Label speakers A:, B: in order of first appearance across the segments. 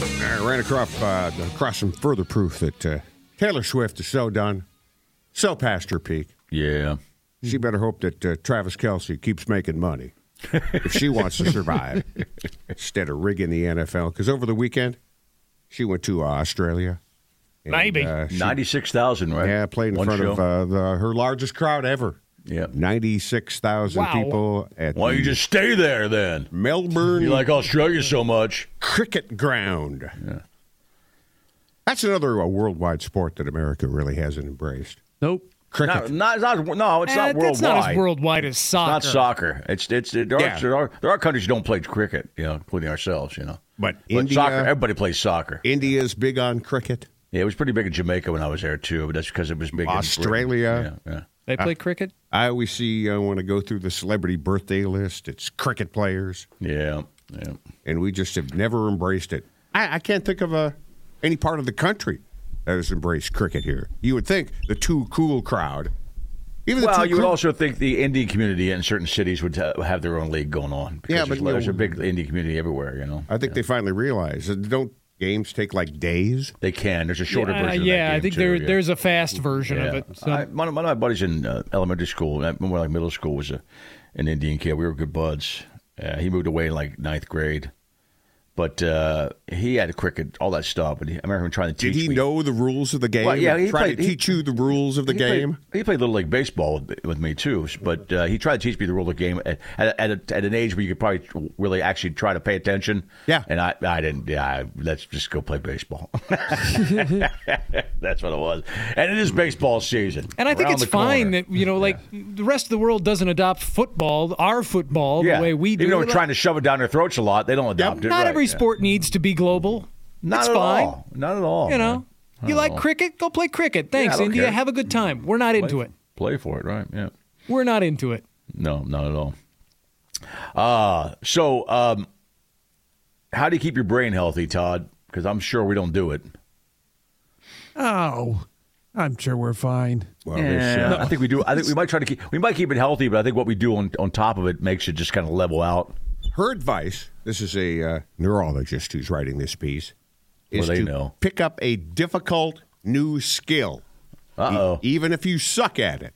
A: I ran across, uh, across some further proof that uh, Taylor Swift is so done, so past her peak.
B: Yeah. Hmm.
A: She better hope that uh, Travis Kelsey keeps making money if she wants to survive instead of rigging the NFL. Because over the weekend, she went to uh, Australia. and,
C: Maybe.
A: uh, she-
B: 96,000, right?
A: yeah, played in
B: One
A: front
B: show.
A: of uh, the, her largest crowd ever.
B: Yeah.
A: 96,000
C: Wow.
A: people at
B: Why don't
A: the
B: you just stay there then?
A: Melbourne
B: You like Australia so much.
A: Cricket Ground. That's another uh, worldwide sport that America really hasn't embraced.
C: Nope.
A: Cricket.
B: Not, not, not, no, it's
C: Eh,
B: not worldwide.
C: That's not as worldwide as
B: It's
C: soccer.
B: not soccer. It's it's it, there,
A: Yeah.
B: are, there are there are countries that don't play cricket, you know, including ourselves, you know.
A: But
B: But
A: India-
B: soccer, everybody plays soccer.
A: India's big on cricket.
B: Yeah, it was pretty big in Jamaica when I was there too, but that's because it was big in
A: Australia.
B: Britain. Yeah, yeah.
C: They play cricket.
A: I always see, uh, I want to go through the celebrity birthday list. It's cricket players,
B: Yeah, yeah.
A: and we just have never embraced it. I, I can't think of a, any part of the country that has embraced cricket here. You would think the too cool crowd. Even the
B: Well,
A: too
B: you would
A: cool-
B: also think the Indian community in certain cities would ha- have their own league going on. because
A: Yeah,
B: there's,
A: but, you
B: there's
A: know-
B: a big Indian community everywhere. You know,
A: I think they finally realize that don't games take like days?
B: they can. There's a shorter
C: Uh,
B: version. of
C: yeah,
B: that game
C: I think
B: too,
C: there
B: yeah.
C: there's a fast version of
B: Yeah.
C: it. So.
B: I, one, of, one of my buddies in uh, elementary school, uh, more like middle school, was a, an Indian kid. We were good buds. Uh, he moved away in like ninth grade, but uh, he had a cricket, all that stuff. And he, I remember him trying to teach.
A: Did he
B: me.
A: know the rules of the game?
B: Well, yeah, he
A: Try
B: played-
A: to
B: he-
A: teach you the rules of the
B: he
A: game.
B: Played, he played little league baseball with, with me too, but uh, he tried to teach me the rule of the game at at, at, a, at an age where you could probably really actually try to pay attention.
A: Yeah.
B: and I I didn't. Yeah, I, let's just go play baseball. That's what it was, and it is baseball season.
C: And I think
B: Around
C: it's
B: the corner.
C: fine that you know, like the rest of the world doesn't adopt football, our football, the way we do.
B: Even though
C: it.
B: we're trying to shove it down their throats a lot, they don't adopt it.
C: not
B: right,
C: every
B: yeah.
C: sport needs to be global.
B: Not
C: it's
B: at
C: fine.
B: all. Not at all.
C: You know,
B: man. Not
C: you
B: at
C: like
B: all.
C: cricket? Go play cricket.
B: Oh.
C: Thanks,
B: I don't
C: India.
B: care.
C: Have a good time. We're not into it.
B: Play for it, right? Yeah.
C: We're not into it.
B: No, not at all. Uh, so um, how do you keep your brain healthy, Todd? Because I'm sure we don't do it.
D: Oh, I'm sure we're fine.
A: Well,
D: Eh.
A: there's, uh,
B: I think we do. I think we might try to keep we might keep it healthy, but I think what we do on, on top of it makes it just kind of level out.
A: her advice this is a uh, neurologist who's writing this piece is
B: Well, they
A: to
B: know.
A: pick up a difficult new skill
B: Uh oh.
A: e- even if you suck at it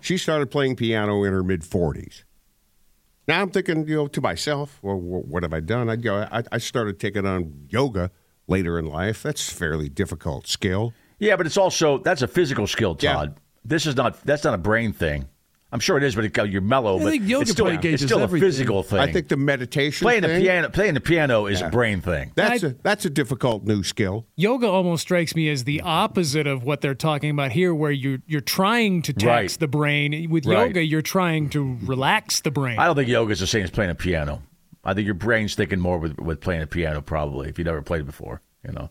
A: she started playing piano in her mid 40s now i'm thinking you know to myself well wh- what have i done i go I, I started taking on yoga later in life that's a fairly difficult skill
B: Yeah, but it's also that's a physical skill,
A: Yeah.
B: Todd. This is not that's not a brain thing. I'm sure it is, but it, you're mellow.
D: I
B: but
D: think yoga
B: it's still,
D: probably
B: it's
D: gauges
B: still a
D: everything.
B: physical thing.
A: i think the meditation
B: playing the
A: thing,
B: piano playing the piano is a brain thing.
A: that's
C: I-
A: a that's a difficult new skill
C: Yoga almost strikes me as the opposite of what they're talking about here, where you're you're trying to tax
B: Right.
C: the brain. With
B: Right.
C: yoga, you're trying to relax the brain.
B: I don't think yoga is the same as playing a piano. I think your brain's thinking more with, with playing a piano probably if you have never played it before, you know.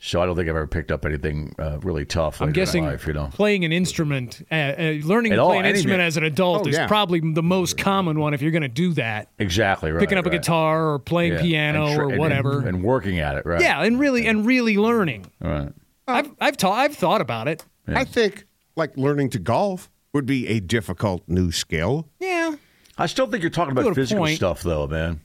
B: So I don't think I've ever picked up anything uh, really tough later
C: I'm guessing
B: in life, you know.
C: playing an instrument, uh, uh, learning
B: At
C: to
B: all,
C: play an
B: anything.
C: instrument as an adult
A: Oh,
C: is
A: yeah.
C: probably the most common one if you're going to do that.
B: Exactly right.
C: Picking up a
B: right.
C: guitar or playing
B: Yeah.
C: piano
B: And tr-
C: or
B: and-
C: whatever.
B: and, working at it, right?
C: yeah, and really and really learning.
B: All right.
C: I've I've ta- I've thought about it.
A: i think like learning to golf would be a difficult new skill
C: Yeah.
B: I still think you're talking
C: Good
B: about physical
C: point.
B: stuff though, man.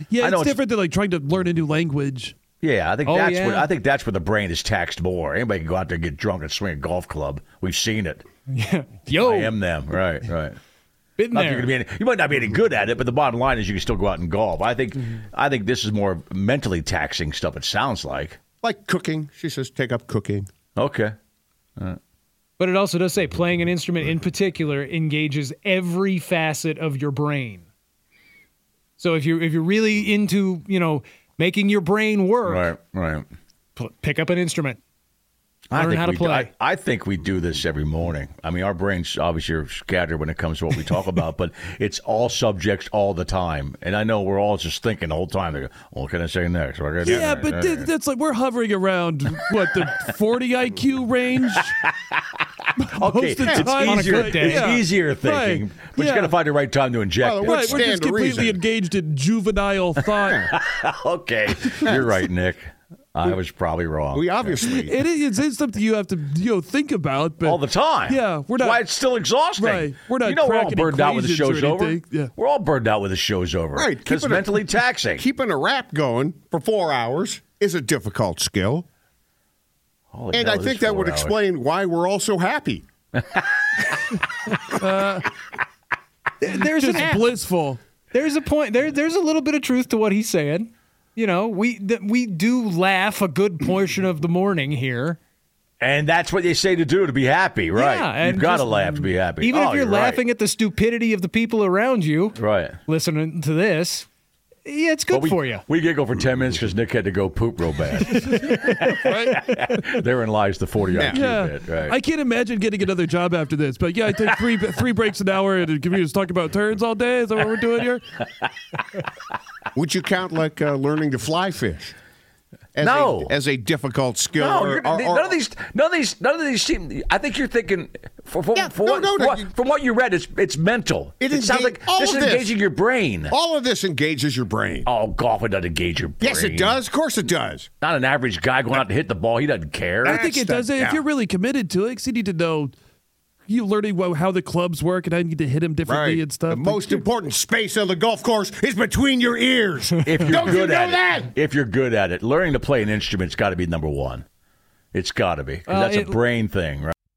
B: I
D: Yeah,
B: know
D: it's
B: it's-
D: different than like trying to learn a new language.
B: Yeah, I think
C: Oh,
B: that's
C: yeah.
B: what I think that's where the brain is taxed more. Anybody can go out there and get drunk and swing a golf club. We've seen it.
C: Yo,
B: I am them. Right, right.
C: been
B: Not that
C: there.
B: you're gonna be any, you might not be any good at it, but the bottom line is you can still go out and golf. I think I think this is more mentally taxing stuff. It sounds like
A: like cooking. She says, take up cooking.
B: okay.
C: But it also does say playing an instrument in particular engages every facet of your brain. So if you if you're really into you know making your brain work,
B: right.
C: pl- pick up an instrument.
B: I
C: Learn
B: think
C: how to
B: we do-
C: play.
B: I, I think we do this every morning. I mean, our brains obviously are scattered when it comes to what we talk about, but it's all subjects all the time. And I know we're all just thinking the whole time. Like, what can I say next? What can I say
D: Yeah,
B: next?"
D: but th- that's like we're hovering around what the 40 IQ range.
B: okay,
D: most of the
B: it's
D: time,
B: easier.
C: like,
B: it's
D: yeah.
B: easier thinking,
D: Right.
B: but you
D: Yeah.
B: got to find the right time to inject
A: Well,
B: it.
A: Would
D: Right, we're
A: stand
D: just
A: to
D: completely
A: reason.
D: engaged in juvenile thought.
B: okay, you're right, Nick. I was probably wrong.
A: We obviously.
D: it is it's something you have to you know think about, but
B: all the time.
D: Yeah, we're not-
B: Why it's still exhausting.
D: Right, we're not
B: You know, we're all
D: cracking
B: burned out when the
D: equations or
B: show's over.
D: anything, yeah.
B: We're all burned out when the show's over.
A: Right, keep
B: Because
A: it a-
B: mentally taxing.
A: Keeping a rap going for four hours is a difficult skill.
B: Holy
A: And
B: hell,
A: I
B: this
A: think that
B: four
A: would
B: hours.
A: explain why we're all so happy.
C: There's an
D: just
C: app.
D: blissful.
C: There's a point. There, there's a little bit of truth to what he's saying. You know, we th- we do laugh a good portion of the morning here.
B: And that's what they say to do to be happy, right?
C: Yeah, and
B: You've got to
C: just-
B: laugh to be happy.
C: Even
B: Oh,
C: if you're,
B: right.
C: laughing at the stupidity of the people around you,
B: right.
C: listening to this, yeah, it's good
B: But we,
C: for you.
B: we giggle for 10 minutes because Nick had to go poop real bad. Therein lies the 40 IQ
D: Yeah,
B: bit, right?
D: I can't imagine getting another job after this. But yeah, I take three three breaks an hour and can we just talk about turns all day? Is that what we're doing here?
A: Would you count like uh, learning to fly fish? As
B: No.
A: A, as a difficult skill.
B: No,
A: or-
B: you're,
A: or- or-
B: none of these, none of these, none of these seem. I think you're thinking for, for,
A: Yeah,
B: for
A: no,
B: what,
A: no, no,
B: what-
A: you-
B: from what you read, it's it's mental.
A: It
B: sounds
A: enga-
B: like
A: all
B: this
A: of
B: is
A: this.
B: engaging your brain.
A: All of this engages your brain.
B: Oh, golf it doesn't engage your brain.
A: Yes, it does. Of course, it does.
B: Not an average guy going out to hit the ball. He doesn't care.
D: I think
A: That's
D: it
A: the-
D: does it
A: yeah.
D: if you're really committed to it. 'cause you need to know you learning wha- how the clubs work and I need to hit him differently and stuff.
A: The most important space on the golf course is between your ears.
B: If you're
A: Don't
B: good
A: you know
B: at
A: that?
B: it, if you're good at it, learning to play an instrument's got to be number one. It's got to be. 'Cause
C: Uh,
B: that's
C: it-
B: a brain thing, right?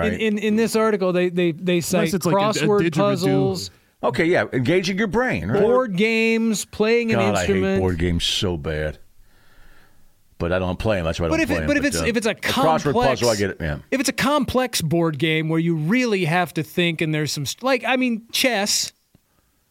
B: Right.
C: In, in in this article, they they they cite
D: it's like a- a
C: crossword
D: didgeridoo.
C: puzzles,
B: okay, yeah, engaging your brain. Right?
C: board games, playing an
B: God, I
C: instrument.
B: hate board games so bad. But I don't play them. That's why I
C: But
B: don't
C: if
B: play
C: it,
B: 'em,
C: but if it's
B: uh,
C: if it's a
B: crossword
C: complex
B: puzzle, I get it. Yeah.
C: If it's a complex board game where you really have to think and there's some st- like I mean chess,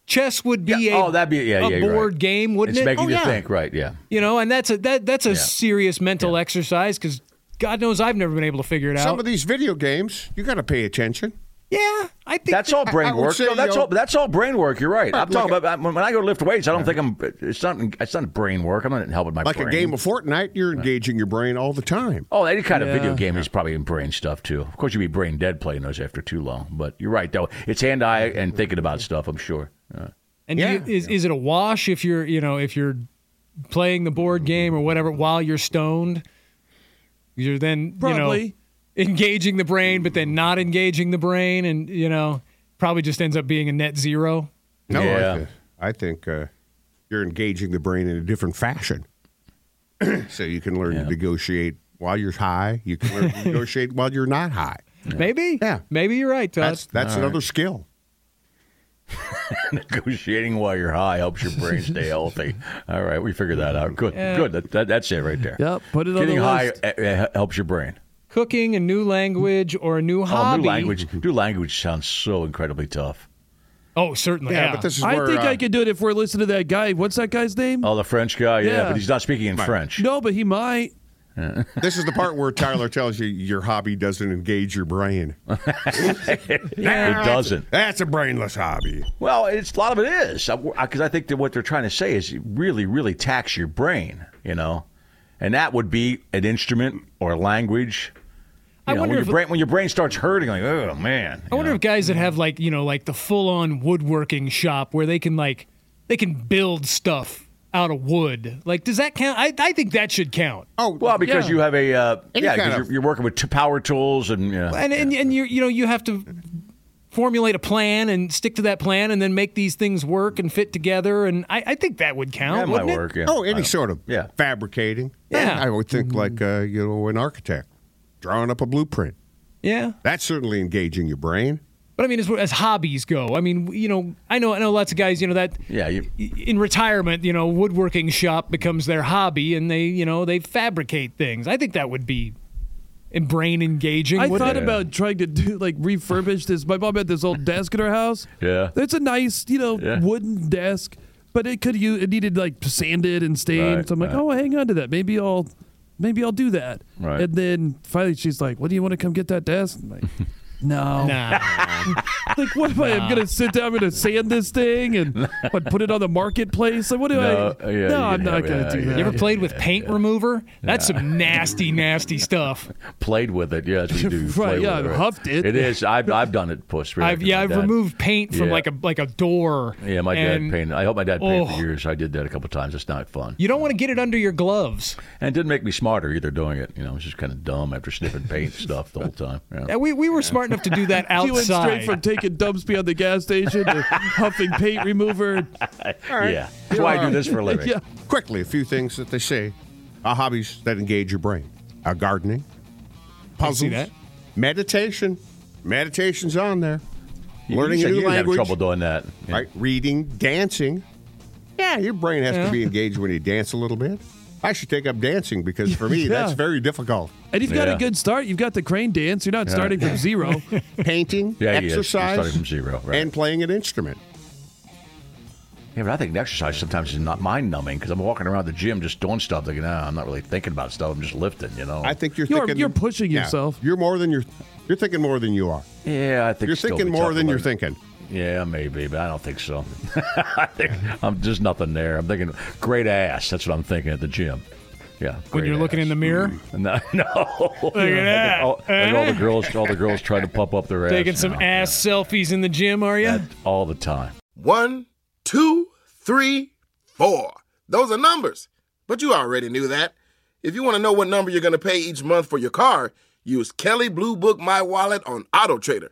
C: chess would be
B: Yeah,
C: a
B: oh, that'd be yeah,
C: a
B: yeah, you're
C: board
B: right.
C: game, wouldn't
B: it's
C: it?
B: making
C: Oh,
B: you
C: yeah.
B: think, right? Yeah.
C: You know, and that's a that that's a serious mental exercise because God knows I've never been able to figure it
A: Some
C: out.
A: of these video games, you got to pay attention.
C: yeah, I think
B: That's all brain
A: I would
B: work.
A: say,
B: no, that's
A: you know-
B: all. That's all brain work. You're right. I'm
A: Right,
B: talking
A: like
B: about when I go lift weights. I don't think I'm. It's not. It's not brain work. I'm not helping my
A: Like
B: brain.
A: a game of Fortnite, you're engaging your brain all the time.
B: Oh, any kind of video game is probably in brain stuff too. Of course, you'd be brain dead playing those after too long. But you're right, though. It's hand eye and thinking about stuff. I'm sure. Uh,
C: And do
A: Yeah.
C: you, is is it a wash if you're you know if you're playing the board game or whatever while you're stoned? You're then you
D: Probably.
C: know engaging the brain, but then not engaging the brain, and you know probably just ends up being a net zero.
A: No,
B: Yeah.
A: I, thi- I think uh, you're engaging the brain in a different fashion. so you can learn to negotiate while you're high. You can learn to negotiate while you're not high.
C: Maybe,
A: Yeah.
C: maybe you're right, Todd.
A: That's that's another skill.
B: negotiating while you're high helps your brain stay healthy. All right, we figured that out. Good, good. That, that, that's it right there.
D: Yep, put it on
B: Getting
D: the
B: high
D: list.
B: uh, uh, helps your brain.
C: Cooking a new language or a new
B: Oh,
C: hobby.
B: new language. New language sounds so incredibly tough.
C: Oh, certainly.
A: Yeah,
C: Yeah,
A: but this is
D: I
A: where
D: think
A: uh,
D: I could do it if we're listening to that guy. What's that guy's name?
B: Oh, the French guy. Yeah,
D: Yeah.
B: but he's not speaking in French.
D: No, but he might.
A: This is the part where Tyler tells you your hobby doesn't engage your brain.
B: it doesn't.
A: That's a brainless hobby.
B: Well, it's a lot of it is because I, think that what they're trying to say is you really, really tax your brain, you know, and that would be an instrument or a language You
C: I
B: know, when,
C: wonder
B: your
C: if-
B: brain, when your brain starts hurting, like, oh, man.
C: I wonder if guys that have like you know like the full on woodworking shop where they can like they can build stuff out of wood. Like, does that count? I I think that should count.
A: Oh,
B: Well, because you have a, uh,
A: Any
B: yeah,
A: kind
B: because
A: of-
B: you're, you're working with t- power tools and, yeah.
C: And and, and you you know you have to formulate a plan and stick to that plan and then make these things work and fit together. And I, I think that would count.
B: that might
C: wouldn't it?
B: work. Yeah. Uh,
A: oh, any sort of
B: yeah.
A: fabricating.
C: Yeah. Mm-hmm.
A: I would think like uh, you know an architect drawing up a blueprint.
C: Yeah.
A: That's certainly engaging your brain.
C: But I mean, as, as hobbies go, I mean, you know, I know, I know lots of guys, you know, that
B: Yeah, you-
C: in retirement, you know, woodworking shop becomes their hobby, and they, you know, they fabricate things. I think that would be in brain engaging.
D: I
C: wouldn't
D: thought
C: it?
D: about trying to do like refurbish this. My mom had this old desk in her house.
B: Yeah.
D: it's a nice, you know,
B: Yeah.
D: wooden desk, but it could you it needed like sanded and stained.
B: Right,
D: so I'm like,
B: right.
D: oh, hang on to that. Maybe I'll, maybe I'll do that.
B: Right.
D: And then finally, she's like, "What do you want to come get that desk?" I'm like, no.
C: Nah.
D: Like, what am I? I'm gonna sit down. I'm gonna sand this thing and what, put it on the marketplace. Like, what do
B: No, yeah,
D: I?
B: you
D: no, I'm
B: can
D: not
B: have-
D: gonna
B: yeah,
D: do
B: you
D: that.
C: You ever played with paint remover? That's some nasty, nasty stuff.
B: played with it. Yeah, that's what you do.
D: Right,
B: play
D: yeah,
B: with it,
D: I've
B: right.
D: huffed it.
B: It is. I've, I've done it, Puss. really,
C: I've yeah,
B: my
C: I've
B: dad.
C: removed paint from
B: Yeah.
C: like a like a door.
B: Yeah, my
C: and
B: dad painted. I hope my dad painted
C: Oh.
B: for years. I did that a couple times. It's not fun.
C: You don't want to get it under your gloves.
B: And it didn't make me smarter either doing it. You know, it was just kind of dumb after sniffing paint stuff the whole time. Yeah.
C: Yeah, we we were smart enough to do that
D: She went
C: outside.
D: straight from taking dumps beyond the gas station to huffing paint remover.
B: yeah. That's why I do this for a living.
D: Yeah.
A: Quickly, a few things that they say are hobbies that engage your brain: uh, gardening, puzzles,
C: that.
A: meditation. Meditation's on there.
B: You-
A: Learning
B: you
A: a
B: said
A: new
B: you didn't
A: language.
B: Have trouble doing that. Yeah.
A: right? Reading, dancing. Yeah, your brain has
C: Yeah.
A: to be engaged when you dance a little bit. I should take up dancing because for me, that's
D: Yeah.
A: very difficult.
D: And you've got
B: Yeah.
D: a good start. You've got the crane dance. You're not starting from zero.
A: Painting,
B: Yeah, he is. He's
A: exercise,
B: starting from zero, right.
A: and playing an instrument.
B: Yeah, but I think exercise sometimes is not mind numbing because I'm walking around the gym just doing stuff thinking, ah, I'm not really thinking about stuff. I'm just lifting, you know.
A: I think you're,
D: You're-
A: thinking
D: you're pushing
A: yeah,
D: yourself.
A: You're more than you're you're thinking more than you are.
B: yeah, I think
A: You're
B: still
A: thinking
B: be
A: more
B: tough
A: than
B: to
A: you're
B: learn.
A: thinking.
B: Yeah, maybe, but I don't think so. I think I'm just nothing there. I'm thinking great ass. That's what I'm thinking at the gym. Yeah,
C: when you're looking in the mirror,
B: No, no. Look
C: at that.
B: All, like all the girls, all the girls trying to pump up their ass.
C: taking some
B: now.
C: ass selfies in the gym, are you?
B: all the time.
E: One, two, three, four. Those are numbers. But you already knew that. If you want to know what number you're going to pay each month for your car, use Kelly Blue Book My Wallet on Auto Trader.